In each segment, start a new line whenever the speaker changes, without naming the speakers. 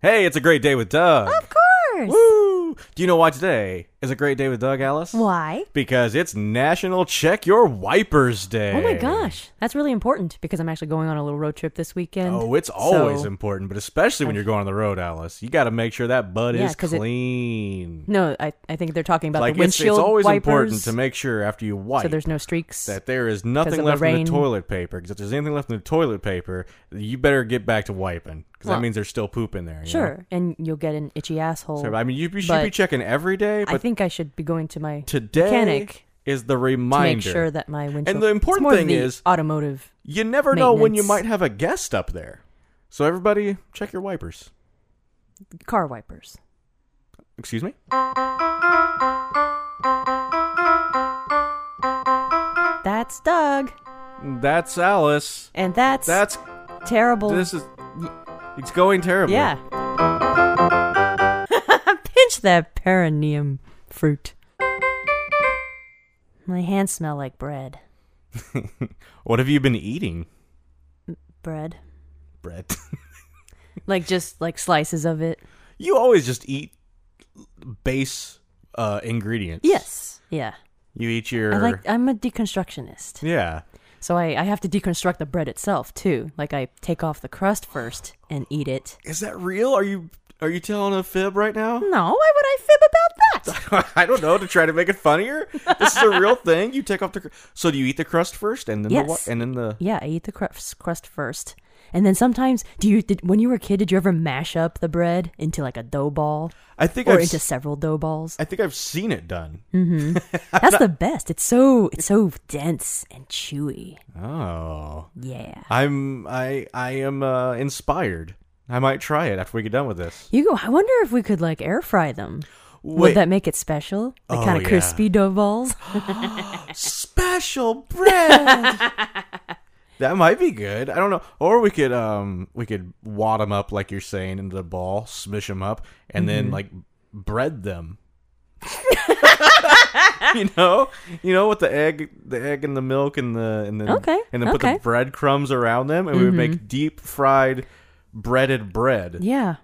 Hey, it's a great day with Doug.
Of course.
Woo! Do you know why today is a great day with Doug, Alice?
Why?
Because it's National Check Your Wipers Day.
Oh my gosh, that's really important because I'm actually going on a little road trip this weekend.
Oh, it's always
So-
important, but especially when you're going on the road, Alice. You got to make sure that butt
Yeah,
is
'cause it-
clean.
no. I, I think they're talking about
like
the
it's,
windshield
it's always
wipers,
important to make sure after you wipe
so there's no streaks.
that there is
of
nothing
the
left in
rain.
the toilet paper. Because if there's anything left in the toilet paper, you better get back to wiping. Because
Well-
that means there's still poop in there. you know?
sure, and you'll get an itchy asshole.
So, I mean, you, you should be
But
checking every day,
I
but
think I should be going to my
today
mechanic
is the
to
reminder.
make sure that my windshield.
the important
it's more of
thing
the
is-
automotive.
You never know when you
Maintenance.
might have a guest up there. So everybody, check your wipers.
car wipers.
Excuse me?
That's Doug,
That's Alice.
and that's
That's
terrible.
this is it's going terribly.
Oh. yeah. Pinch that perineum fruit. My hands smell like bread.
What have you been eating?
Bread,
Bread.
like just like slices of it.
you always just eat base uh ingredients.
Yes. Yeah.
You eat your
I like. I'm a deconstructionist,
Yeah.
so I I have to deconstruct the bread itself too. Like I take off the crust first and eat it.
Is that real? Are you are you telling a fib right now?
No, why would I fib about that?
I don't know to try to make it funnier. This is a real thing. You take off the cr- so do you eat the crust first and then the
Yes.
the and then the
Yeah, I eat the crust, crust first. And then sometimes, do you did, when you were a kid, did you ever mash up the bread into like a dough ball
I think
or
I've
into
s-
several dough balls?
I think I've seen it done.
That's the best. It's so it's so dense and chewy.
Oh,
Yeah.
I'm I I am uh, inspired. I might try it after we get done with this.
You go. I wonder if we could like air fry them.
Wait.
Would that make it special? Like
Oh,
kind of
yeah.
crispy dough balls.
Special bread. that might be good. I don't know. Or we could um we could wad them up like you're saying into the ball, smish them up, and then like bread them. you know, you know, with the egg, the egg and the milk and the and then
Okay,
and then put
okay. Mm-hmm.
the breadcrumbs around them, and we would make deep fried breaded bread.
yeah.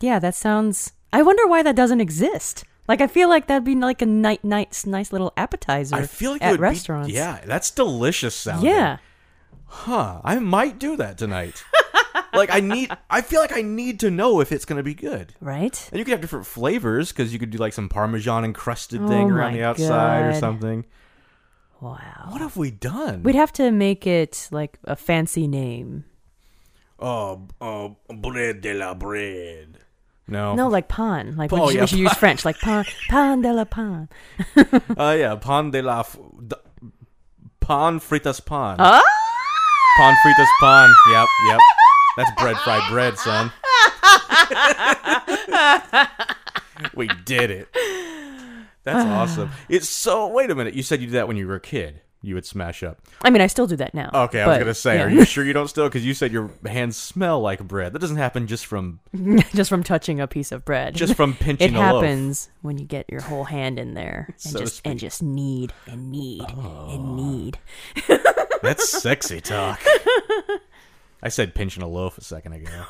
Yeah, that sounds. I wonder why that doesn't exist. Like I feel like that'd be like a night nice nice little appetizer.
I feel like it
at
would be-
restaurants.
yeah, that's delicious sounding.
Yeah.
huh? I might do that tonight. like I need, I feel like I need to know if it's gonna be good.
Right.
And you could have different flavors because you could do like some Parmesan encrusted thing
Oh
around
my
the outside or
God.
something.
Wow.
What have we done?
We'd have to make it like a fancy name.
oh, oh, bread de la bread. No,
No, like pan. Like we
Oh,
should,
yeah,
we should use French. Like pan, pan de la pan.
uh, yeah, pan de la, f- d- pan fritas pan,
Ah!
pan fritas pan. Yep, yep. That's bread fried bread, son. we did it. That's awesome. It's so. Wait a minute. You said you did that when you were a kid. You would smash up.
I mean, I still do that now.
Okay, I was
but,
gonna say,
yeah.
are you sure you don't still? Because you said your hands smell like bread. That doesn't happen just from
just from touching a piece of bread?
just from
it
pinching a loaf.
happens when you get your whole hand in there and
So Oh.
just and just need and need and need.
That's sexy talk. I said pinching a loaf a second ago.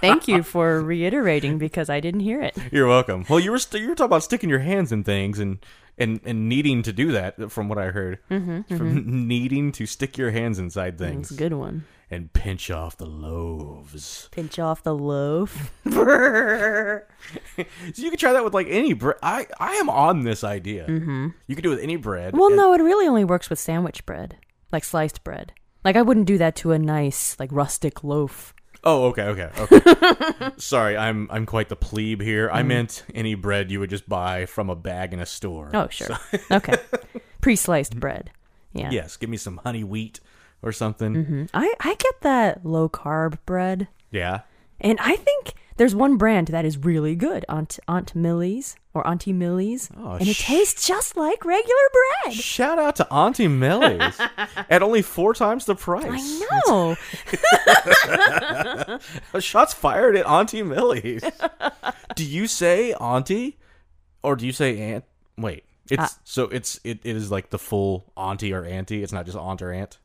Thank you for reiterating because I didn't hear it.
You're welcome. Well, you were st- you were talking about sticking your hands in things and and and needing to do that from what I heard. Mm-hmm, from needing to stick your hands inside
It's
things
a good one.
and pinch off the loaves.
Pinch off the loaf.
So you could try that with like any bread. I I am on this idea. Mm-hmm. You could do it with any bread.
Well,
and-
no, it really only works with sandwich bread, like sliced bread. Like I wouldn't do that to a nice, like rustic loaf.
Oh, okay, okay, okay. Sorry, I'm I'm quite the plebe here.
Mm-hmm.
I meant any bread you would just buy from a bag in a store.
Oh, sure. okay.
Mm-hmm.
Pre-sliced bread. Yeah. Mm-hmm.
Yes, give me some honey wheat or something.
I I get that low carb bread,
Yeah.
and I think there's one brand that is really good, Aunt Aunt Millie's or Auntie Millie's,
Oh,
and it
sh-
tastes just like regular bread.
Shout out to Auntie Millie's at only four times the price.
I know.
Shots fired at Auntie Millie's. do you say Auntie or do you say Aunt? Wait,
Uh,
it's so it's it, it is like the full Auntie or Auntie. It's not just Aunt or Aunt.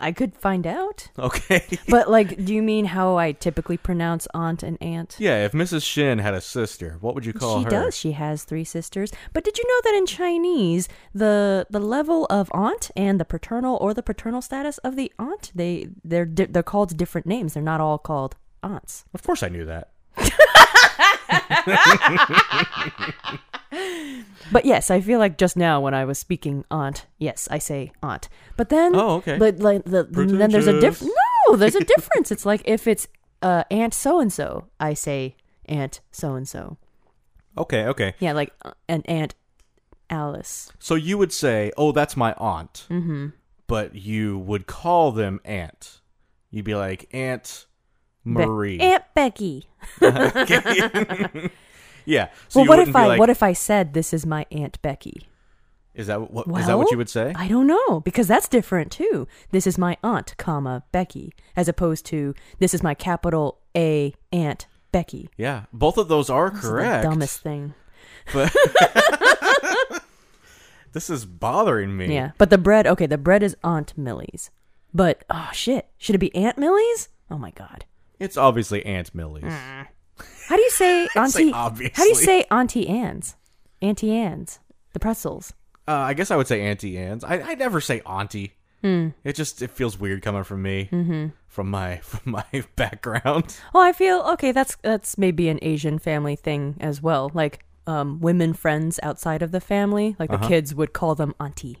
I could find out.
Okay.
But like, do you mean how I typically pronounce aunt and aunt?
yeah, if Mrs. Shin had a sister, what would you call
she
her?
does. She has three sisters. But did you know that in Chinese, the the level of aunt and the paternal or the paternal status of the aunt, they they're di- they're called different names. They're not all called aunts.
Of course I knew that.
But yes, I feel like just now when I was speaking aunt, yes, I say aunt. But then
Oh, okay.
But like the, then there's a diff.
Pretentious.
No, there's a difference. it's like if it's uh, aunt so and so, I say aunt so and so.
Okay, okay.
Yeah, like uh, an aunt Alice.
So you would say, "Oh, that's my aunt," mm-hmm. but you would call them aunt. You'd be like Aunt
Be-
Marie.
Aunt Becky.
yeah. So
well,
you
what
wouldn't
if
be
I
like,
what if I said this is my aunt Becky?
is that what
Well,
is that what you would say?
I don't know because that's different too. This is my aunt, comma Becky, as opposed to this is my capital A aunt Becky.
yeah, both of those are
This is the
correct.
dumbest thing.
This is bothering me.
Yeah, but the bread. Okay, the bread is Aunt Millie's, but oh shit, should it be Aunt Millie's? Oh my god,
It's obviously Aunt Millie's.
Hmm. how do you say Auntie? How do you
obviously.
say Auntie Anne's? Auntie Anne's, the pretzels.
Uh, I guess I would say Auntie Anne's. I, I never say Auntie.
Hmm.
It just it feels weird coming from me, mm-hmm. from my from my background.
Well, Oh, I feel okay. That's that's maybe an Asian family thing as well. Like um, women friends outside of the family, like the kids would call them auntie,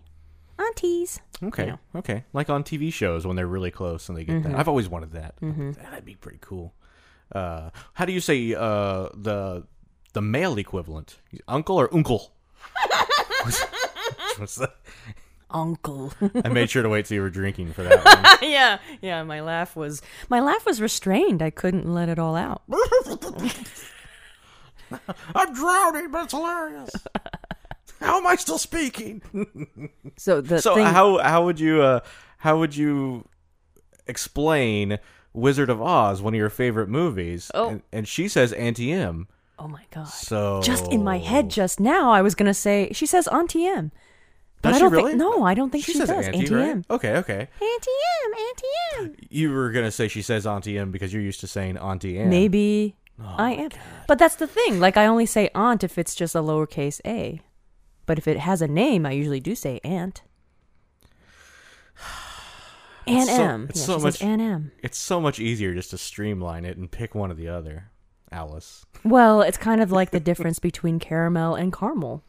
aunties.
Okay,
know.
okay. Like on TV shows when they're really close and they get
Mm-hmm.
that. I've always wanted that. That'd be pretty cool. Uh, how do you say uh, the the male equivalent, uncle or uncle? What's that?
Uncle.
I made sure to wait till you were drinking for that one.
yeah, yeah. My laugh was my laugh was restrained. I couldn't let it all out.
I'm drowning, but it's hilarious. How am I still speaking?
So the
So
thing,
how how would you uh, how would you explain Wizard of Oz, one of your favorite movies?
Oh.
And, and she says Auntie M.
oh my god.
So
Just in my head, just now, I was gonna say she says Auntie M. But
Does
I
she
don't
really?
Think, no, I don't think she,
says
does.
Auntie,
Auntie
right?
M.
Okay, okay.
Auntie M. Auntie M.
You were gonna say she says Auntie M because you're used to saying Auntie M.
Maybe
Oh
I am. But that's the thing. Like I only say aunt if it's just a lowercase a. But if it has a name, I usually do say aunt. Aunt
so-
M.
it's
yeah,
so
she
much-
says Aunt M.
It's so much easier just to streamline it and pick one or the other. Alice.
Well, it's kind of like the difference between caramel and caramel.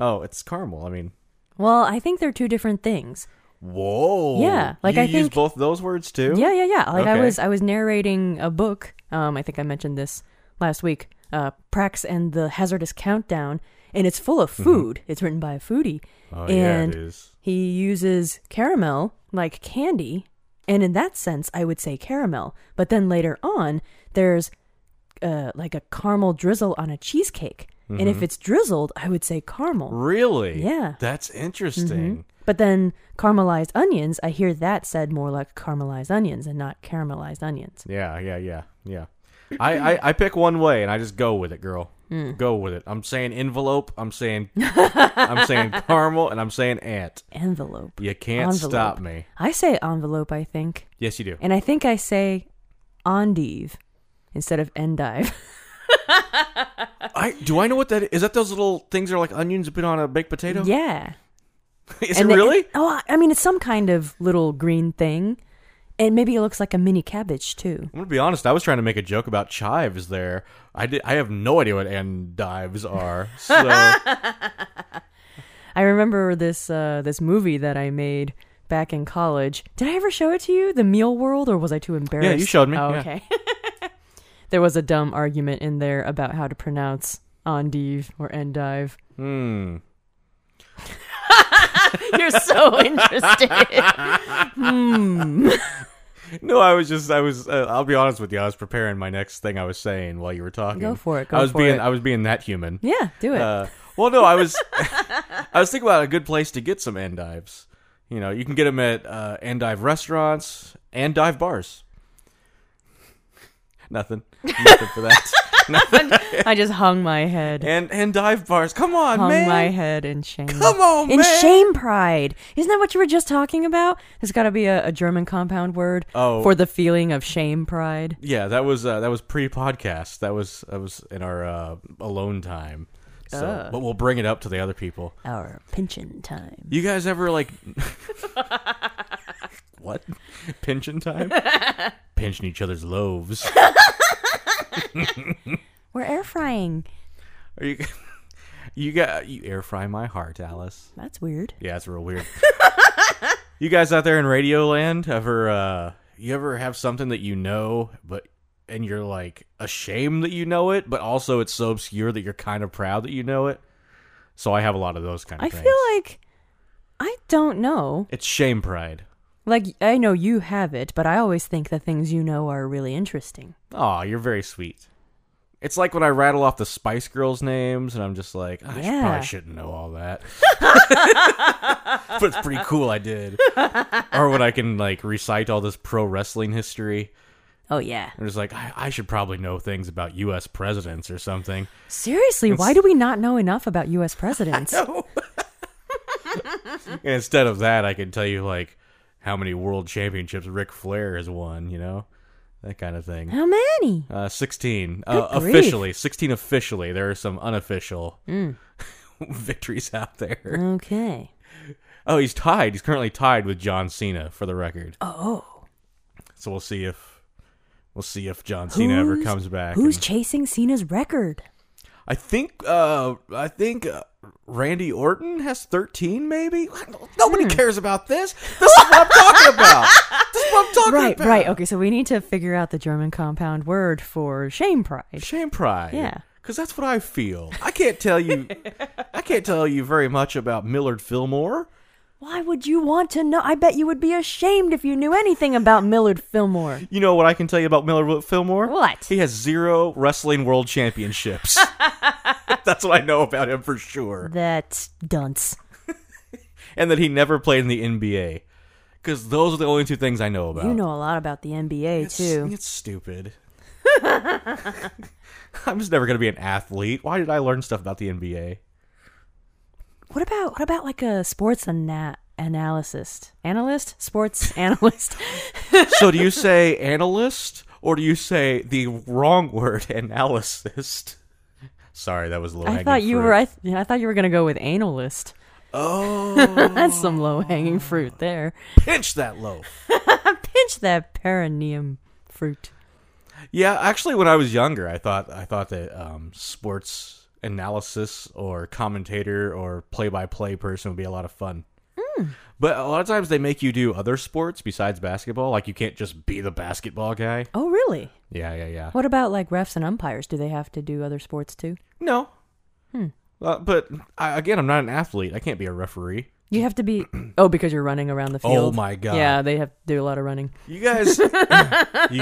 Oh, it's caramel. I mean,
Well, I think they're two different things.
whoa.
Yeah, like,
you
I
use
think-
both those words too.
Yeah, yeah, yeah. Like
Okay.
I was, I was narrating a book. Um, I think I mentioned this last week. Uh, Prax and the Hazardous Countdown, and it's full of food. It's written by a foodie,
Mm-hmm. Oh yeah,
and
it is.
he uses caramel like candy, and in that sense, I would say caramel. But then later on, there's uh, like a caramel drizzle on a cheesecake, and
Mm-hmm.
if it's drizzled, I would say caramel.
Really?
Yeah.
That's interesting.
But then caramelized onions, I hear that said more like caramelized onions and not caramelized onions.
Yeah, yeah, yeah, yeah. I, I I pick one way and I just go with it, girl.
Mm.
Go with it. I'm saying envelope. I'm saying I'm saying caramel, and I'm saying ant.
Envelope.
You can't
Envelope.
stop me.
I say envelope, I think.
Yes, you do.
And I think I say endive instead of endive.
I do. I know what that is. Is that those little things that are like onions put on a baked potato?
yeah.
is
And
it
they-
really?
oh, I- I mean, it's some kind of little green thing. And maybe it looks like a mini cabbage, too.
I'm gonna be honest. I was trying to make a joke about chives there. I did. I have no idea what endives are. So
I remember this uh, this movie that I made back in college. Did I ever show it to you, The Meal World, or was I too embarrassed?
showed me,
Oh,
yeah.
okay. there was a dumb argument in there about how to pronounce endive or endive.
hmm.
You're so interested.
No, I was just I was uh, I'll be honest with you. I was preparing my next thing I was saying while you were talking.
Go for it, go
I was
for
being
it.
I was being that human.
yeah, do it.
Uh, well, no, I was I was thinking about a good place to get some endives. You know, you can get them at uh, endive restaurants and dive bars. Nothing. Nothing for that.
I just hung my head.
and and dive bars. Come on,
hung
man.
my head in shame.
Come on,
in
man.
shame pride. Isn't that what you were just talking about? There's got to be a, a German compound word
Oh.
for the feeling of shame pride.
Yeah, that was uh, that was pre-podcast. That was that was in our uh, alone time. So, but we'll bring it up to the other people.
Our pension time.
You guys ever like what? Pinching time? Pinching each other's loaves.
We're air frying.
Are you? You got you air fry my heart, Alice.
That's weird.
Yeah, it's real weird. you guys out there in Radio Land, ever uh, you ever have something that you know, but and you're like ashamed that you know it, but also it's so obscure that you're kind of proud that you know it. So I have a lot of those kind of
I
things.
feel like I don't know.
it's shame pride.
Like I know you have it, but I always think the things you know are really interesting.
Aw, you're very sweet. It's like when I rattle off the Spice Girls names, and I'm just like, "Ah, I sh-
Yeah.
probably shouldn't know all that. but it's pretty cool I did. or when I can like recite all this pro wrestling history,
Oh yeah.
and it's like, I, I should probably know things about U.S. presidents or something.
Seriously, why do we not know enough about US presidents?
and instead of that, I can tell you like how many world championships Ric Flair has won. You know, that kind of thing.
How many?
Uh, 16. Uh,
grief. Mm.
officially. 16 officially. There are some unofficial victories out there.
Okay.
Oh, he's tied. He's currently tied with John Cena for the record.
Oh.
So we'll see if we'll see if John Cena ever
Who's-
comes back.
Who's
And
chasing Cena's record?
I think uh I think uh, Randy Orton has 13 maybe. Nobody
Hmm.
cares about this. This is what I'm talking about. This is what I'm talking
Right,
about.
right. Okay, so we need to figure out the German compound word for shame pride.
Shame pride.
Yeah.
Cause that's what I feel. I can't tell you, I can't tell you very much about Millard Fillmore.
Why would you want to know? I bet you would be ashamed if you knew anything about Millard Fillmore.
You know what I can tell you about Miller Fillmore?
What?
He has zero wrestling world championships. That's what I know about him for sure.
That dunce.
And that he never played in the NBA. Because those are the only two things I know about.
You know a lot about the NBA
it's,
too.
It's stupid. I'm just never going to be an athlete. Why did I learn stuff about the NBA?
What about what about like a sports ana- analyst? Analyst? Sports analyst?
so do you say analyst or do you say the wrong word, analyst? Sorry, that was low
I thought you
fruit.
were I, th- yeah, I thought you were going to go with analyst.
Oh,
That's some low-hanging fruit there.
pinch that loaf.
Pinch that perineum fruit.
Yeah, actually, when I was younger, I thought I thought that um, sports analysis or commentator or play-by-play person would be a lot of fun.
Hmm.
But a lot of times they make you do other sports besides basketball. Like you can't just be the basketball guy.
Oh, really?
Yeah, yeah, yeah.
What about like refs and umpires? Do they have to do other sports too?
No.
Hmm.
Uh, but I, again, I'm not an athlete. I can't be a referee.
You have to be Oh, because you're running around the
Oh,
field.
my God.
Yeah, they have to do a lot of running.
You guys, you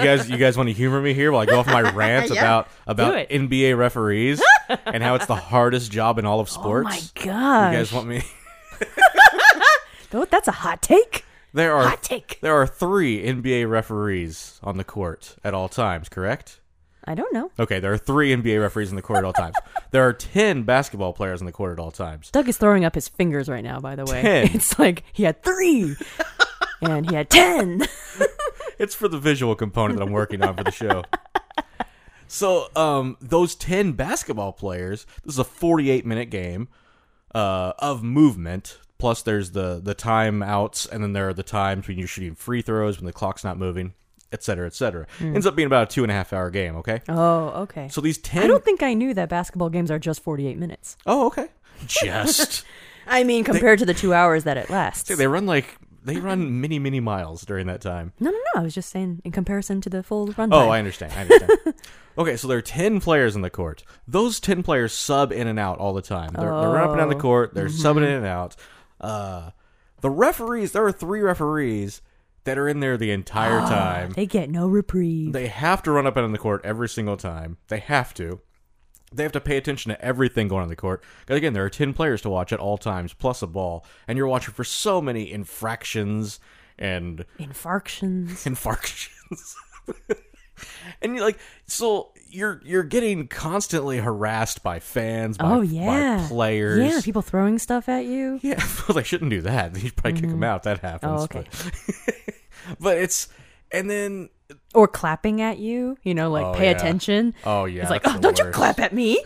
guys, you guys want to humor me here while I go off my rant about
Do
about
it.
NBA referees and how it's the hardest job in all of sports.
Oh my
You
gosh.
guys want me?
Oh, that's a hot take.
There are
Hot take.
there are three NBA referees on the court at all times, correct?
I don't know.
Okay, there are three NBA referees on the court at all times. There are ten basketball players on the court at all times.
Doug is throwing up his fingers right now, by the way.
Ten.
It's like he had three and he had ten.
It's for the visual component that I'm working on for the show. So, um, those ten basketball players. This is a 48 minute game uh, of movement. Plus, there's the the timeouts, and then there are the times when you're shooting free throws when the clock's not moving, et cetera, et cetera. Ends up being about a two and a half hour game. Okay.
Oh, okay.
So these ten
Hmm. I don't think I knew that basketball games are just 48 minutes.
Oh, okay. Just
I mean, compared to the two hours that it lasts.
Dude, they run like they run many many miles during that time.
No, no, no. I was just saying in comparison to the full runtime.
Oh, I understand. I understand. okay, so there are ten players on the court. Those ten players sub in and out all the time. They're, they're running up and down the
Oh.
court. They're subbing in and out. Uh, the referees. There are three referees that are in there the entire time.
They get no reprieve.
They have to run up and down the court every single time. They have to. They have to pay attention to everything going on the court. 'Cause again, there are 10 players to watch at all times, plus a ball. And you're watching for so many infractions and
Infarctions.
infarctions. and you're like, so you're you're getting constantly harassed by fans, by,
oh
by
yeah,
players.
Yeah, people throwing stuff at you.
Yeah, well, they shouldn't do that. You probably kick them out. That happens.
Oh, okay.
But, but it's and then
or clapping at you. You know, like
Oh,
pay
yeah.
attention.
oh yeah,
it's like,
that's
oh,
the
don't you
worst.
clap at me.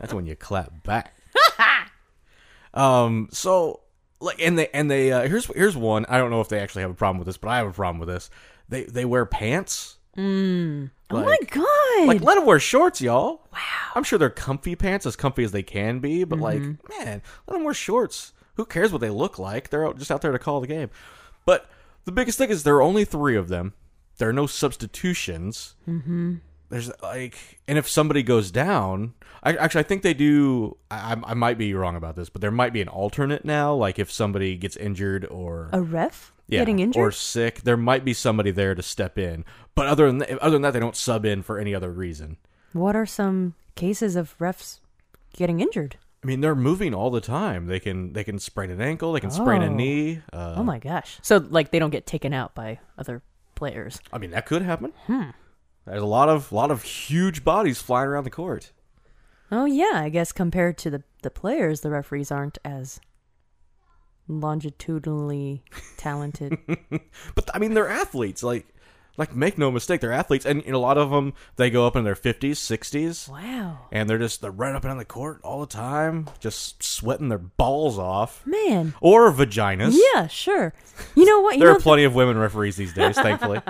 That's when you clap back. um. So like, and they and they uh, here's here's one. I don't know if they actually have a problem with this, but I have a problem with this. They they wear pants.
oh my god!
Like, let them wear shorts, y'all. Wow. I'm sure they're comfy pants, as comfy as they can be. But like, man, let them wear shorts. Who cares what they look like? They're out- just out there to call the game. But the biggest thing is there are only three of them. There are no substitutions. Mm-hmm. There's like, and if somebody goes down, I, actually, I think they do. I, I I might be wrong about this, but there might be an alternate now. Like if somebody gets injured or
a ref
yeah,
getting injured.
or sick, there might be somebody there to step in. But other than th- other than that, they don't sub in for any other reason.
What are some cases of refs getting injured?
I mean, they're moving all the time. They can they can sprain an ankle, they can sprain a
Oh.
knee. Uh,
oh my gosh! So like they don't get taken out by other players.
I mean, that could happen.
Hmm.
There's a lot of lot of huge bodies flying around the court.
Oh yeah, I guess compared to the the players, the referees aren't as longitudinally talented.
But I mean, they're athletes. Like like make no mistake, they're athletes, and, and a lot of them they go up in their fifties, sixties.
wow,
And they're just they're running up and down the court all the time, just sweating their balls off
man.
or vaginas.
Yeah, sure. You know what? You
there
know
are plenty of women referees these days, thankfully.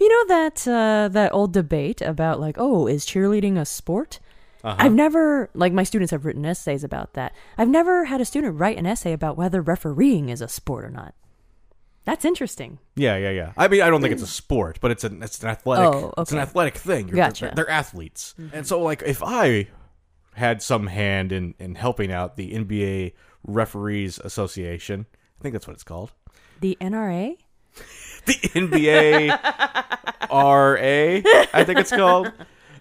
You know that uh, that old debate about like, oh, is cheerleading a sport?
Uh-huh.
I've never like my students have written essays about that. I've never had a student write an essay about whether refereeing is a sport or not. That's interesting.
Yeah, yeah, yeah. I mean, I don't think it's a sport, but it's an it's an athletic
Oh,
it's an
okay.
athletic thing. You're-
Gotcha. Mm-hmm.
They're, they're athletes, and so like if I had some hand in in helping out the NBA Referees Association, I think that's what it's called,
The NRA?
the NBA RA, I think it's called.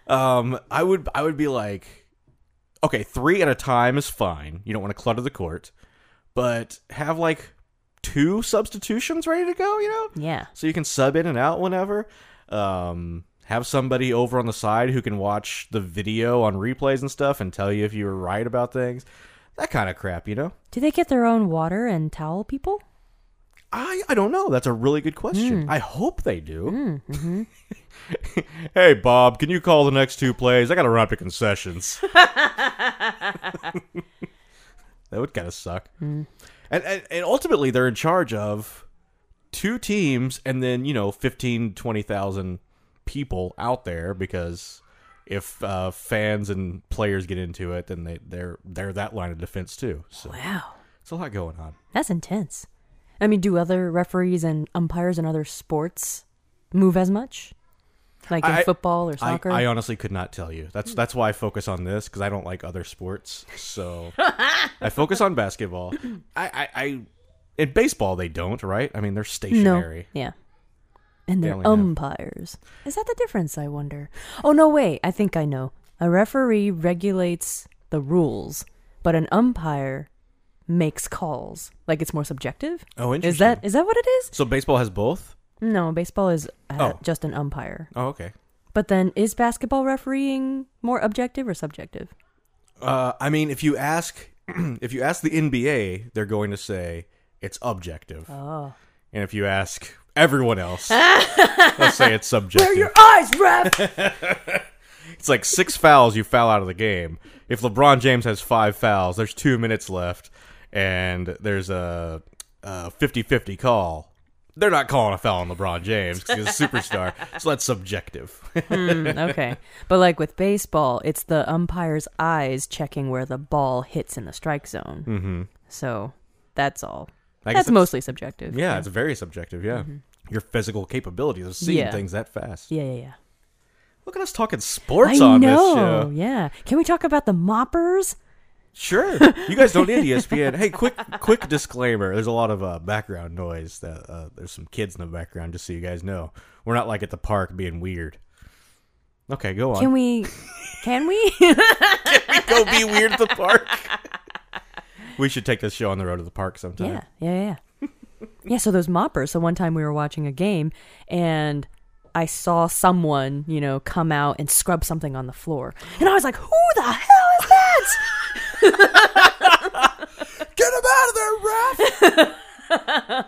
Um, I would I would be like, okay, three at a time is fine. You don't want to clutter the court, but have like two substitutions ready to go. You know,
Yeah.
so you can sub in and out whenever. Um, have somebody over on the side who can watch the video on replays and stuff and tell you if you were right about things. That kind of crap, you know.
Do they get their own water and towel, people?
I I don't know. That's a really good question. I hope they do. hey Bob, can you call the next two plays? I got to run up to concessions. that would kind of suck. And, and and ultimately, they're in charge of two teams, and then you know, 15, 20,000 people out there because. If uh, fans and players get into it, then they, they're they're that line of defense too. So
Wow,
it's a lot going on.
that's intense. I mean, do other referees and umpires in other sports move as much? Like in
I-
football or soccer?
I, I honestly could not tell you. That's that's why I focus on this because I don't like other sports. So I focus on basketball. I, I, I in baseball they don't, right? I mean they're stationary.
No. Yeah. And
They
they're
only have-
umpires. Is that the difference, I wonder? Oh, no, wait. I think I know. A referee regulates the rules, but an umpire makes calls. Like it's more subjective?
Oh,
Is that
interesting.
is that what it is?
So baseball has both.
No, baseball is uh,
Oh.
just an umpire.
Oh, okay.
But then is basketball refereeing more objective or subjective?
Uh, I mean, if you ask, if you ask the NBA, they're going to say it's objective,
Oh.
and if you ask everyone else, they'll say it's subjective.
eyes, ref!
It's like six fouls, you foul out of the game. If LeBron James has five fouls, there's two minutes left, and there's a, a 50-50 call. They're not calling a foul on LeBron James because he's a superstar, so that's subjective.
okay. But like with baseball, it's the umpire's eyes checking where the ball hits in the strike zone. Mm-hmm. So that's all.
I guess
That's
it's-
mostly subjective.
yeah, it's very subjective. Yeah, your physical capability of seeing
Yeah.
things that fast.
Yeah, yeah, yeah.
Look at us talking sports
I
on this
know.
show.
Yeah. Can we talk about the moppers?
Sure, you guys don't need E ESPN. Hey, quick, quick disclaimer: there's a lot of uh, background noise. That uh, there's some kids in the background, just so you guys know. We're not like at the park being weird. Okay, go on.
Can we? Can we?
go be weird at the park? we should take this show on the road to the park sometime.
Yeah, yeah, yeah. yeah, so those moppers. So one time we were watching a game and I saw someone, you know, come out and scrub something on the floor. And I was like, who the hell is that?
Get him out of there, ref!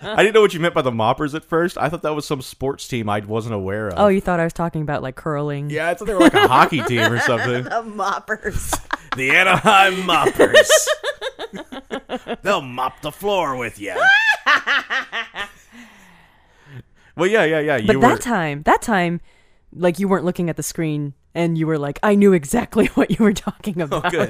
I didn't know what you meant by the moppers at first. I thought that was some sports team I wasn't aware of.
oh, you thought I was talking about like curling?
Yeah, I thought they were like a hockey team or something.
The moppers.
The Anaheim Moppers. They'll mop the floor with you. well, yeah, yeah, yeah. You
But
were.
that time, that time, like you weren't looking at the screen and you were like, I knew exactly what you were talking about.
Oh, good.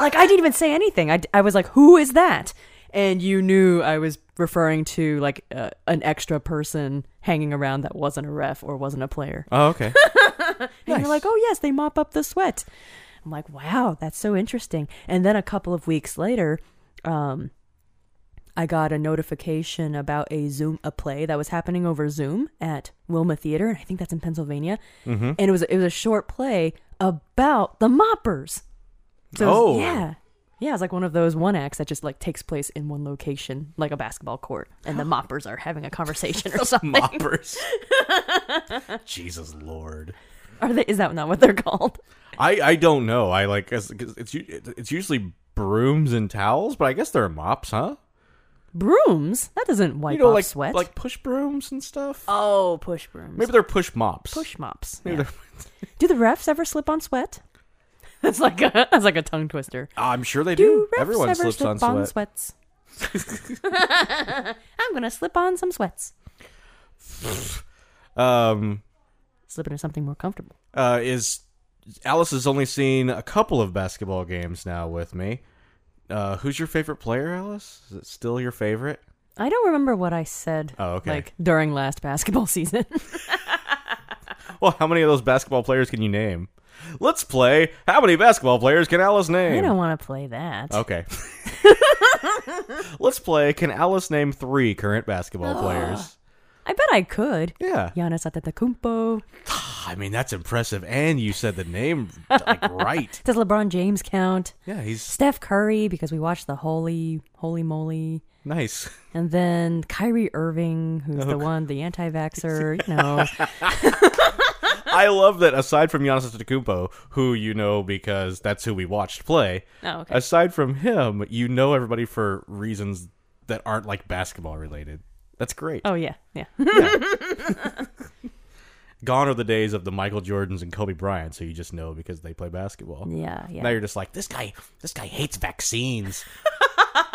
like, I didn't even say anything. I, d- I was like, who is that? And you knew I was referring to like uh, an extra person hanging around that wasn't a ref or wasn't a player.
oh, okay.
And
Nice.
you're like, oh, yes, they mop up the sweat. I'm like, wow, that's so interesting. And then a couple of weeks later, um, I got a notification about a Zoom a play that was happening over Zoom at Wilma Theater, and I think that's in Pennsylvania.
Mm-hmm.
And it was it was a short play about the moppers. So it was-
Oh.
yeah, yeah, it's like one of those one acts that just like takes place in one location, like a basketball court, and the moppers are having a conversation or something.
Moppers. Jesus Lord.
Are they? Is that not what they're called?
I, I don't know. I like 'cause- 'cause it's u- it's usually brooms and towels, but I guess they're mops, huh?
Brooms? That doesn't wipe
You know,
off
like
sweat.
like push brooms and stuff.
Oh, push brooms.
Maybe they're push mops.
push mops.
Maybe
yeah.
they're-
Do the refs ever slip on sweat? That's like a that's like a tongue twister.
I'm sure they
Do
do.
refs
Everyone
ever
slips
slip
on sweat.
sweats? I'm gonna slip on some sweats.
Um,
Slip into something more comfortable.
uh, is Alice has only seen a couple of basketball games now with me. Uh, who's your favorite player, Alice? Is it still your favorite?
I don't remember what I said.
Oh, okay.
Like during last basketball season.
Well, how many of those basketball players can you name? Let's play. How many basketball players can Alice
I
name?
don't want to play that.
Okay. Let's play. Can Alice name three current basketball players?
I bet I could.
Yeah.
Giannis Antetokounmpo.
I mean, that's impressive. And you said the name like right.
Does LeBron James count?
Yeah, he's
Steph Curry because we watched the Holy Holy Moly.
nice.
And then Kyrie Irving, who's the one, the anti-vaxer, you know.
I love that aside from Giannis Antetokounmpo, who you know because that's who we watched play.
Oh, okay.
Aside from him, you know everybody for reasons that aren't like basketball related. That's great.
Oh yeah, yeah.
Gone are the days of the Michael Jordans and Kobe Bryant, so you just know because they play basketball.
Yeah, yeah.
Now you're just like this guy. This guy hates vaccines.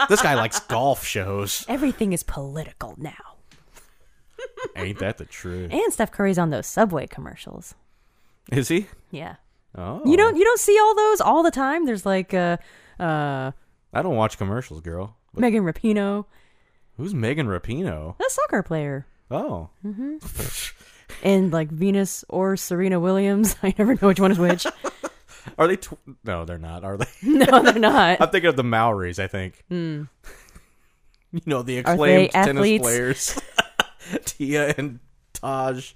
this guy likes golf shows.
Everything is political now.
Ain't that the truth?
And Steph Curry's on those Subway commercials.
Is he?
Yeah.
Oh,
You don't you don't see all those all the time. There's like uh uh
I don't watch commercials, girl.
Megan Rapinoe,
Who's Megan Rapinoe?
a soccer player.
Oh,
And like Venus or Serena Williams. I never know which one is which.
are they? Tw- no, they're not. Are they?
no, they're not.
I'm thinking of the Maoris, I think. you know, the
Hmm. Are
acclaimed
they
tennis
athletes?
players. Tia and Taj.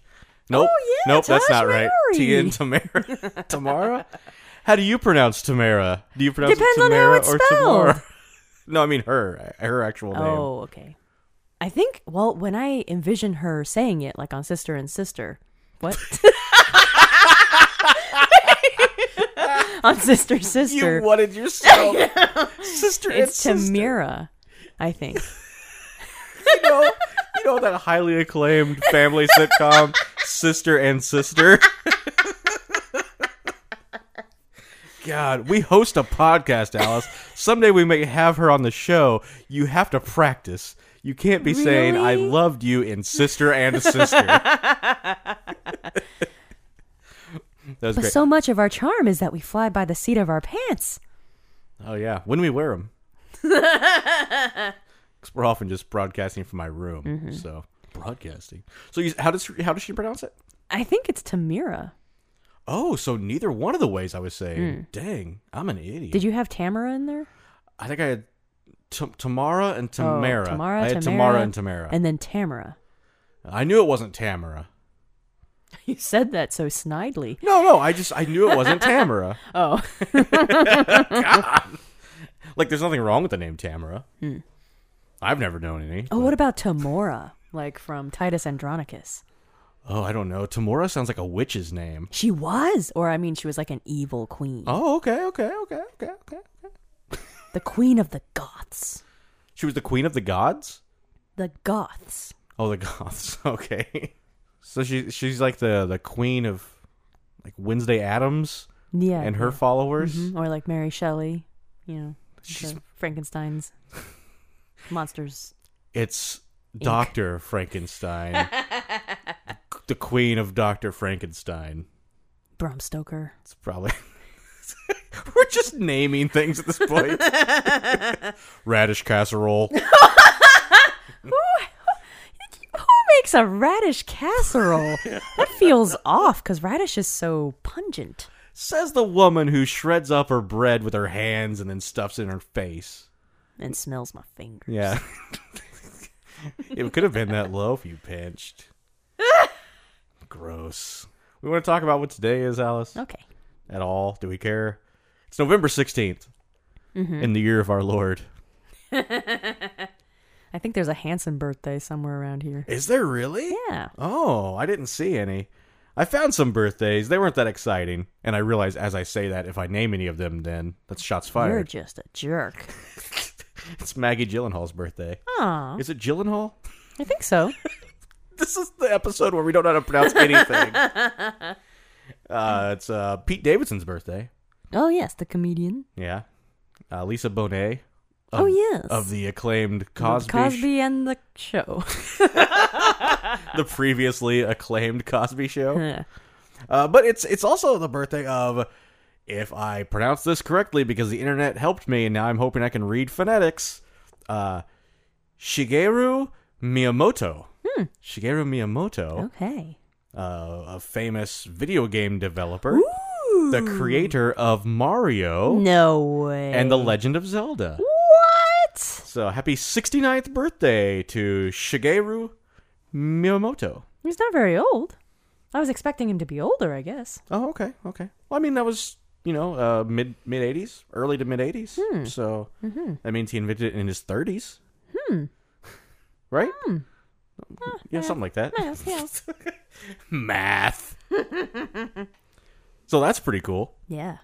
Nope.
Oh, yeah,
nope, that's
Taj
not right. Tia
Mowry.
and Tamara. Tamara? How do you pronounce Tamara? Do you pronounce
Depends
it
on how
Tamara
it's
or
spelled.
Tamara? No, I mean her. Her actual name.
Oh, okay. I think well, when I envision her saying it, like on Sister and Sister. What? on Sister Sister.
You wanted yourself. sister and
It's
sister.
Tamira, I think.
You know, you know that highly acclaimed family sitcom, Sister and Sister. God, we host a podcast, Alice. Someday we may have her on the show. You have to practice. You can't be saying I
Really?
loved you in Sister and Sister. that was
But
great.
so much of our charm is that we fly by the seat of our pants.
oh yeah, when we wear them. we're often just broadcasting from my room,
Mm-hmm.
so broadcasting. So you, how does how does she pronounce it?
I think it's Tamira.
Oh, so neither one of the ways I was saying. Dang, I'm an idiot.
Hmm. Did you have Tamara in there?
I think I had t- Tamara and
Oh,
Tamara.
Tamara,
I had
Tamara,
Tamara and Tamara.
And then Tamara.
I knew it wasn't Tamara.
You said that so snidely.
No, no, I just I knew it wasn't Tamara.
Oh.
Like, there's nothing wrong with the name Tamara.
Hmm.
I've never known any.
Oh, what about Tamora? Like from Titus Andronicus.
Oh, I don't know. Tamora sounds like a witch's name.
She was, or I mean, she was like an evil queen,
Oh, okay, okay, okay, okay, okay. okay.
the queen of the Goths,
She was the queen of the gods.
the Goths.
Oh, the goths. Okay. So she she's like the the queen of like Wednesday Adams
Yeah,
and her followers.
Mhm, or like Mary Shelley, you know,
She's-
the Frankenstein's monsters.
It's Doctor Frankenstein, the queen of Doctor Frankenstein.
Bram Stoker.
It's probably. We're just naming things at this point. Radish casserole.
Who makes a radish casserole? that feels off because radish is so pungent.
Says the woman who shreds up her bread with her hands and then stuffs it in her face.
and smells my finger.
Yeah. it could have been that low if you pinched. Gross. We want to talk about what today is, Alice?
Okay.
At all? Do we care? It's November 16th in the year of our Lord.
I think there's a Hanson birthday somewhere around here.
Is there really?
Yeah.
Oh, I didn't see any. I found some birthdays. They weren't that exciting. And I realize as I say that, if I name any of them, then that's shots
You're
fired.
just a jerk.
It's Maggie Gyllenhaal's birthday.
Aw.
Is it Gyllenhaal?
I think so.
This is the episode where we don't know how to pronounce anything. uh, it's uh, Pete Davidson's birthday.
Oh, yes, the comedian.
Yeah. Uh, Lisa Bonet. Of,
Oh, yes.
Of the acclaimed Cosby,
Cosby and the show.
the previously acclaimed Cosby show.
Yeah.
Uh, but it's it's also the birthday of, if I pronounce this correctly, because the internet helped me, and now I'm hoping I can read phonetics. Uh, Shigeru Miyamoto.
Hmm.
Shigeru
Oh.
Miyamoto,
okay.
uh, a famous video game developer,
Ooh.
the creator of Mario
No way.
and The Legend of Zelda.
What?
So happy 69th birthday to Shigeru Miyamoto.
He's not very old. I was expecting him to be older, I guess.
Oh, okay, okay. Well, I mean, that was you know uh, mid mid eighties, early to mid eighties. So that means he invented it in his thirties. Hmm. Right. Yeah, something like that.
Yes, yes.
Math. so that's pretty cool.
yeah.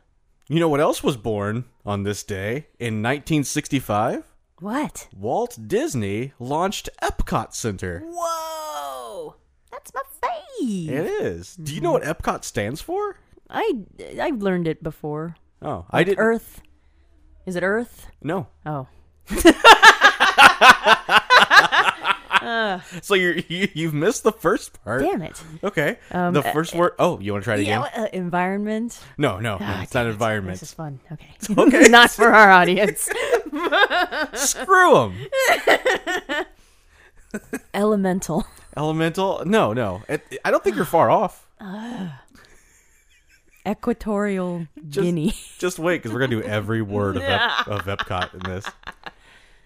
You know what else was born on this day in 1965?
What?
Walt Disney launched Epcot Center.
Whoa. That's my face.
It is. Do you know
Mm-hmm.
what Epcot stands for?
I I've learned it before.
Oh, I didn't.
Earth. Is it Earth?
no.
Oh.
So you're, you you've missed the first part.
Damn it.
Okay.
Um,
the
uh,
first word. Oh, you want to try it again?
uh, environment.
No, no, no,
Ah,
it's
damn
not
it.
environment.
This is
Screw
fun. Okay. Not for our audience.
'em. Screw them.
Elemental.
Elemental. No, no. It, I don't think you're far off.
Equatorial Guinea.
Just wait, because we're gonna do every word of, Ep- of Epcot in this.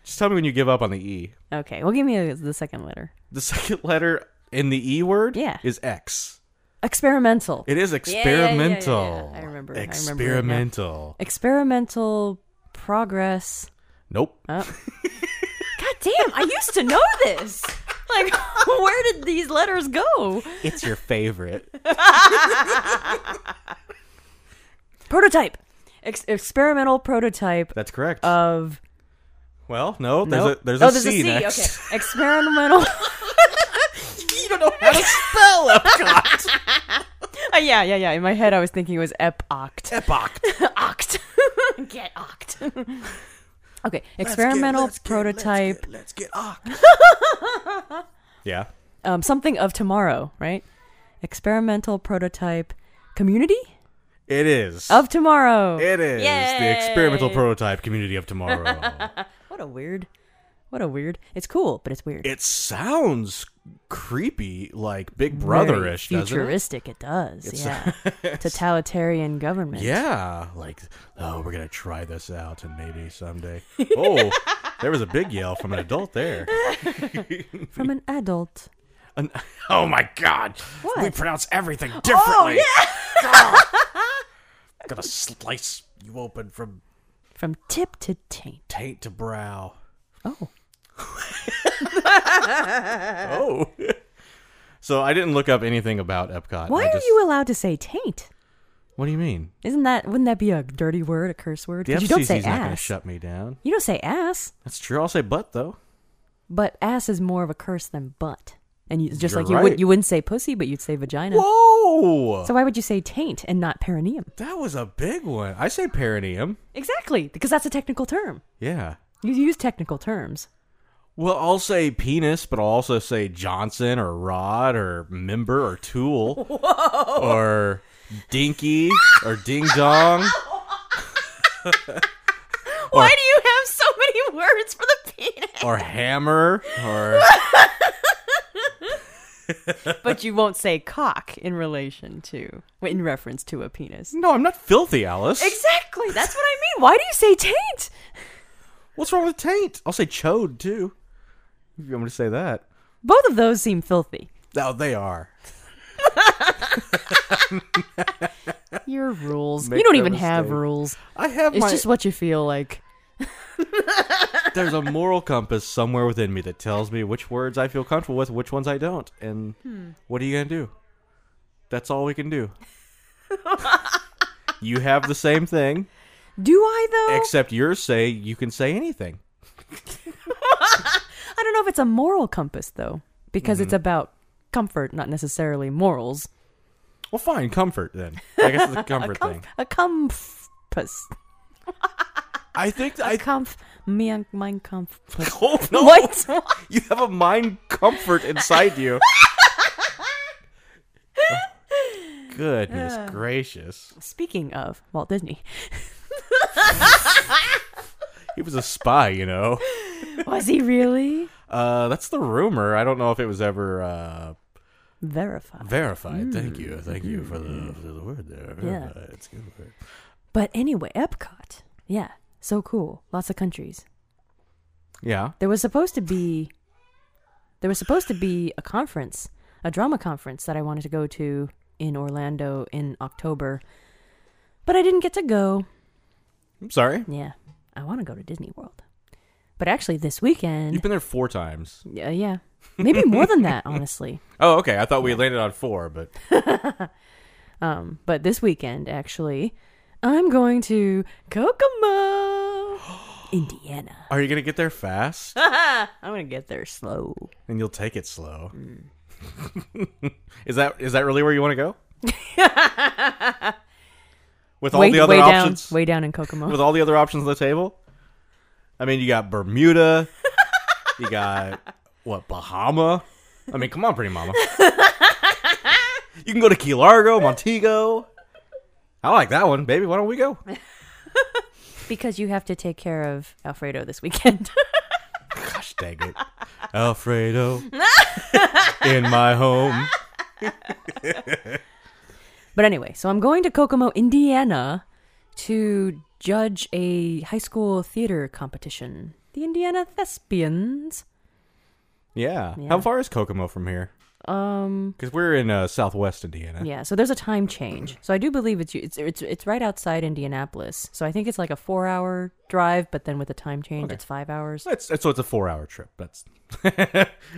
Just tell me when you give up on the E.
Okay. Well, give me a, the second letter.
The second letter in the E word
Yeah.
is X.
Experimental.
It is
yeah, yeah, yeah, yeah.
experimental.
I remember- I remember it now.
Experimental.
Experimental progress. Oh.
Nope.
God damn! I used to know this. Like, where did these letters go?
It's your favorite.
Prototype. Ex- experimental prototype
That's correct.
of.
well, no, there's
Uh, Nope.
a there's
oh,
a
there's
C
a C.
next.
Okay. Experimental.
you don't know how to spell Epcot.
Uh, yeah, yeah, yeah. In my head, I was thinking it was epoct.
Epoch.
Oct. Get oct. okay, experimental prototype,
Let's get, ah. yeah.
um, something of tomorrow, right? Experimental prototype community
It is.
of tomorrow.
it is the experimental
Yay.
prototype community of tomorrow.
What a weird. What a weird. It's cool, but it's weird.
it sounds creepy, like Big Brotherish,
Very
doesn't it?
futuristic. It does. yeah. Totalitarian government.
Yeah, like oh, we're gonna try this out, and maybe someday. Oh, there was a big yell from an adult there.
From an adult.
An- oh my god, we
What? Oh,
pronounce everything differently. God. gonna slice you open from
From tip to taint.
taint to brow.
Oh.
Oh. So I didn't look up anything about Epcot.
Why
I
are
just-
you allowed to say taint?
What do you mean?
Isn't that wouldn't that be a dirty word, a curse word?
The
'Cause
FCC's
you don't say
not going to
ass.
shut me down.
You don't say ass,
That's true. I'll say butt though.
but ass is more of a curse than butt. And you, just
You're
like you
right.
would, you wouldn't say pussy, but you'd say vagina.
Whoa!
So why would you say taint and not perineum?
that was a big one. I say perineum.
Exactly, because that's a technical term.
Yeah.
You use technical terms.
Well, I'll say penis, but I'll also say Johnson or Rod or member or tool or dinky or ding dong.
Why do you have so many words for the penis?
or hammer or
But you won't say cock in relation to, in reference to a penis.
no i'm not filthy alice
Exactly, that's what I mean. Why do you say taint?
what's wrong with taint i'll say chode too if you want me to say that
Both of those seem filthy.
no they are
Your rules.
Make
you don't
no
even have
mistake.
rules.
i have
It's
my
just what you feel like.
there's a moral compass somewhere within me that tells me which words i feel comfortable with which ones i don't and
Hmm.
what are you gonna do that's all we can do you have the same thing
Do I though?
except yours say you can say anything
I don't know if it's a moral compass though, because it's
Mm-hmm.
about comfort, not necessarily morals.
well fine comfort then i guess it's a comfort
Com-
thing
a compass.
i think i
A comf. Mein, mein Kampf.
hope no
What?
You have a mind comfort inside you. Goodness
Uh.
gracious.
Speaking of Walt Disney,
He was a spy, you know.
was he really
Uh, that's the rumor. I don't know if it was ever uh,
verified?
verified. Thank you. Thank you for the, for the word there.
Hmm. Yeah.
Verified. It's a good word.
But anyway, Epcot. Yeah, so cool. Lots of countries.
Yeah.
There was supposed to be there was supposed to be a conference, a drama conference that I wanted to go to in Orlando in October. But I didn't get to go.
I'm sorry.
Yeah. I want to go to Disney World. But actually this weekend,
You've been there four times.
yeah, yeah. Maybe more than that, honestly.
Oh, okay. I thought we landed on four, but
Um, but this weekend actually, I'm going to Kokomo, Indiana.
are you going to get there fast?
I'm going to get there slow.
and you'll take it slow.
Hmm.
is that is that really where you want to go? with all
way,
the other
way
options,
down, way down in Kokomo.
with all the other options on the table. I mean, you got Bermuda, you got what Bahama. I mean, come on, pretty mama. you can go to Key Largo, Montego. I like that one, baby. Why don't we go?
Because you have to take care of Alfredo this weekend.
Gosh dang it, Alfredo, in my home.
but anyway, so I'm going to Kokomo, Indiana to judge a high school theater competition. The Indiana Thespians.
Yeah.
Yeah.
How far is Kokomo from here?
Um
Because we're in uh, Southwest Indiana.
yeah, so there's a time change. So I do believe it's it's it's it's right outside Indianapolis. So I think it's like a 4-hour drive, but then with the time change it's 5 hours.
So it's, it's- so it's a four-hour trip. That's.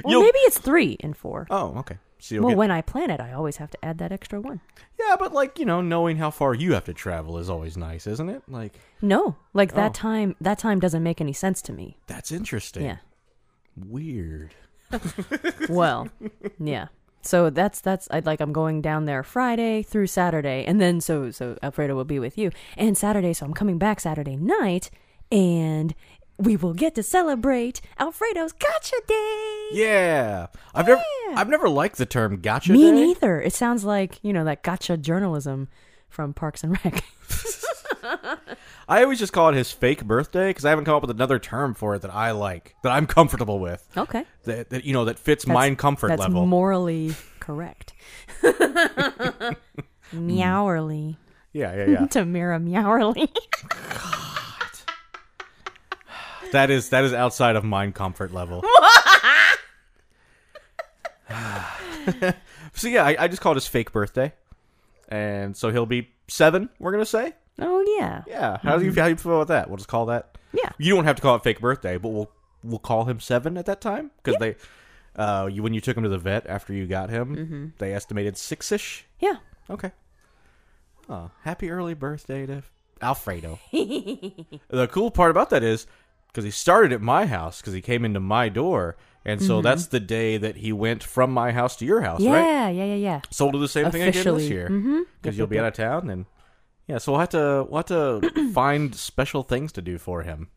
Well, maybe it's 3 and 4.
Oh, okay. So you'll
well,
get-
when I plan it, I always have to add that extra one.
yeah, but like you know, knowing how far you have to travel is always nice, isn't it? Like
No, like
Oh.
that time that time doesn't make any sense to me.
that's interesting.
Yeah.
Weird.
well, yeah. So that's that's I like I'm going down there Friday through Saturday, and then so so Alfredo will be with you, and Saturday. So I'm coming back Saturday night, and we will get to celebrate Alfredo's Gotcha Day.
Yeah. I've never I've never liked the term gotcha.
Me
day.
neither. It sounds like you know that Gotcha journalism from Parks and Rec.
I always just call it his fake birthday because I haven't come up with another term for it that I like that I'm comfortable with
okay,
that, that you know that fits
That's-
mine comfort
that's
level.
morally correct. Meowerly
yeah, yeah, yeah.
to Mira Meowerly.
That is that is outside of mine comfort level. so yeah, I, I just called his fake birthday, and so he'll be seven. We're gonna say,
oh yeah,
yeah. How do you how do you feel about that? We'll just call that.
yeah.
You don't have to call it fake birthday, but we'll we'll call him seven at that time because they Uh, you, when you took him to the vet after you got him, they estimated six ish.
Yeah.
Okay. Oh, happy early birthday to Alfredo. the cool part about that is because he started at my house because he came into my door, and so that's the day that he went from my house to your house, right?
Yeah, yeah, yeah, yeah.
So we'll do the same thing again this
Officially.
year because you'll be out of town, and yeah, so we'll have to we'll have to find special things to do for him.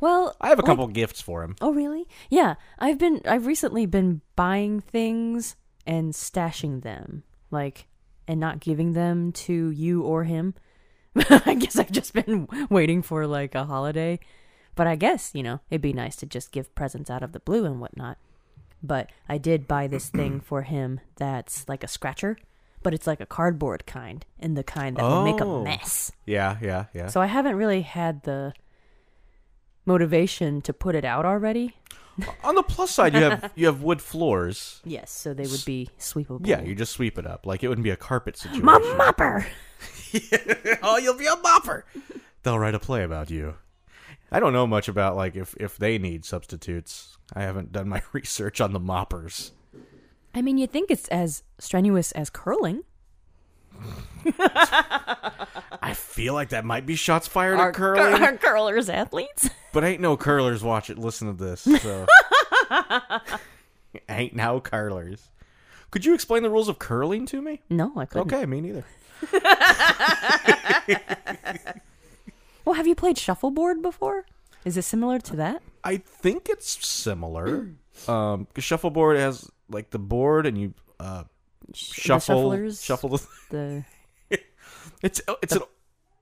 Well,
I have a
like-
couple gifts for him.
oh, really? Yeah, I've been I've recently been buying things and stashing them, like, and not giving them to you or him. I guess I've just been waiting for like a holiday, but I guess you know it'd be nice to just give presents out of the blue and whatnot. But I did buy this thing for him that's like a scratcher, but it's like a cardboard kind, and the kind that will make
Oh.
a mess.
Yeah, yeah, yeah.
So I haven't really had the motivation to put it out already.
On the plus side, you have you have wood floors.
Yes, so they would be sweepable.
Yeah, you just sweep it up. Like it wouldn't be a carpet situation.
my mopper.
oh, you'll be a mopper. They'll write a play about you. I don't know much about like if if they need substitutes. I haven't done my research on the moppers.
I mean, you think it's as strenuous as curling?
I feel like that might be shots fired at curling,
Are curlers athletes?
but ain't no curlers watch it. Listen to this. So. ain't no curlers. Could you explain the rules of curling to me?
No, I couldn't.
Okay, me neither.
Well, have you played shuffleboard before? Is it similar to that?
I think it's similar. um, 'cause shuffleboard has like the board, and you uh,
Sh-
shuffle,
the shufflers,
shuffle. The,
the
it's it's an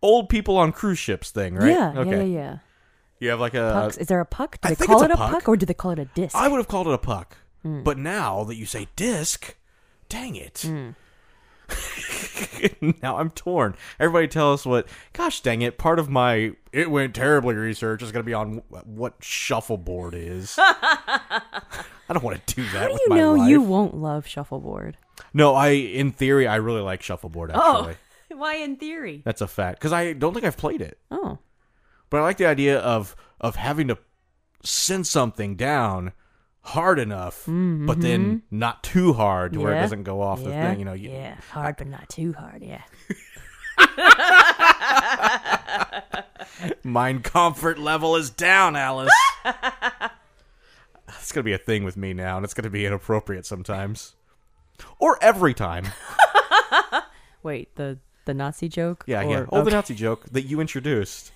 old people on cruise ships thing, right?
yeah,
okay.
yeah, yeah, yeah.
You have like a. I
Pucks. Is there a puck? Do
I
they
think
call
it's
it
a
a
puck.
puck. or do they call it a disc?
would have called it a puck,
Hmm.
but now that you say disc, dang it.
Hmm.
now I'm torn. Everybody tell us what. Gosh dang it! Part of my it went terribly research is going to be on wh- what shuffleboard is. I don't want to do that.
How do
with
you
my
know
life.
you won't love shuffleboard?
No, I in theory I really like shuffleboard
Oh.
actually.
why in theory?
That's a fact cuz I don't think I've played it.
Oh,
But I like the idea of of having to send something down hard enough but then not too hard to where it
Mm-hmm. Yeah.
doesn't go off the
Yeah.
thing, you know. You,
yeah, hard but not too hard. Yeah.
Mind comfort level is down, Alice. it's going to be a thing with me now and it's going to be inappropriate sometimes. Or every time.
Wait, the the Nazi joke?
Yeah,
Or-
yeah. Oh, the
okay.
Nazi joke that you introduced.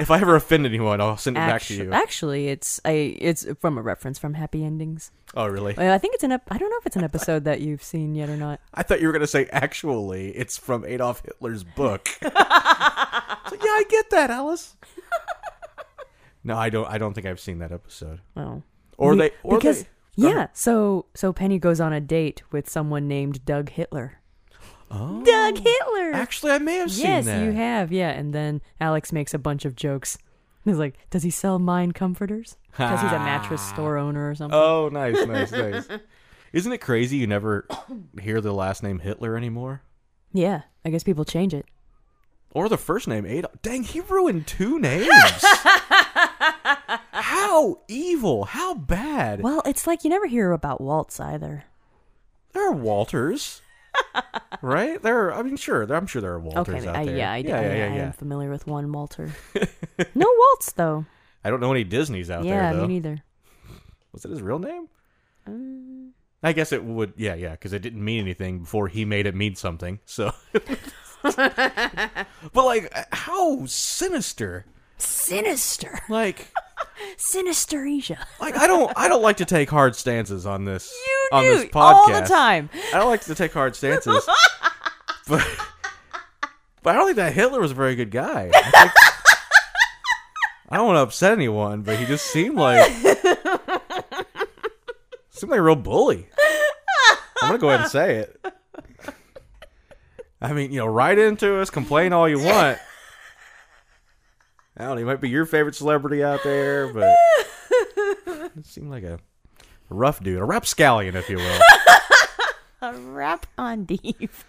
if I ever offend anyone, I'll send it back to
Actu-
you.
Actually, it's I it's from a reference from Happy Endings.
Oh, really?
Well, I think it's an ep- I don't know if it's an episode that you've seen yet or not.
I thought you were going to say, actually, it's from Adolf Hitler's book. so, yeah, I get that, Alice. no, I don't. I don't think I've seen that episode.
Oh.
Or
Be-
they, or
because
they, Go
yeah,
ahead.
so so Penny goes on a date with someone named Doug Hitler. Oh. Doug Hitler.
Actually, I may have seen
yes,
that.
you have. Yeah, and then Alex makes a bunch of jokes. He's like, "Does he sell mind comforters? Because he's a mattress store owner or something."
Oh, nice, nice, nice. Isn't it crazy you never hear the last name Hitler anymore?
Yeah, I guess people change it.
Or the first name Adolf. Dang, he ruined two names. how evil, how bad.
Well, it's like you never hear about Waltz either.
There are Walters. right? There are, I mean sure, there, I'm sure there are Walters
Okay,
out
I,
there.
yeah, I,
yeah,
I,
yeah, yeah,
I
yeah.
am familiar with one Walter. no Waltz though.
I don't know any Disneys out
yeah,
there though.
me neither.
Was it his real name?
Um,
I guess it would. Yeah, yeah, because it didn't mean anything before he made it mean something. So, but like, how sinister?
Sinister,
Like,
sinisteresia.
like I don't, I don't like to take hard stances on this.
You
on
do
this podcast
all the time.
I don't like to take hard stances, but but I don't think that Hitler was a very good guy. I, think- I don't want to upset anyone, but he just seemed like seemed like a real bully. I'm gonna go ahead and say it. I mean, you know, write into us, complain all you want. I don't know, he might be your favorite celebrity out there, but it seemed like a rough dude, a rapscallion, if you will.
A rap on Dave.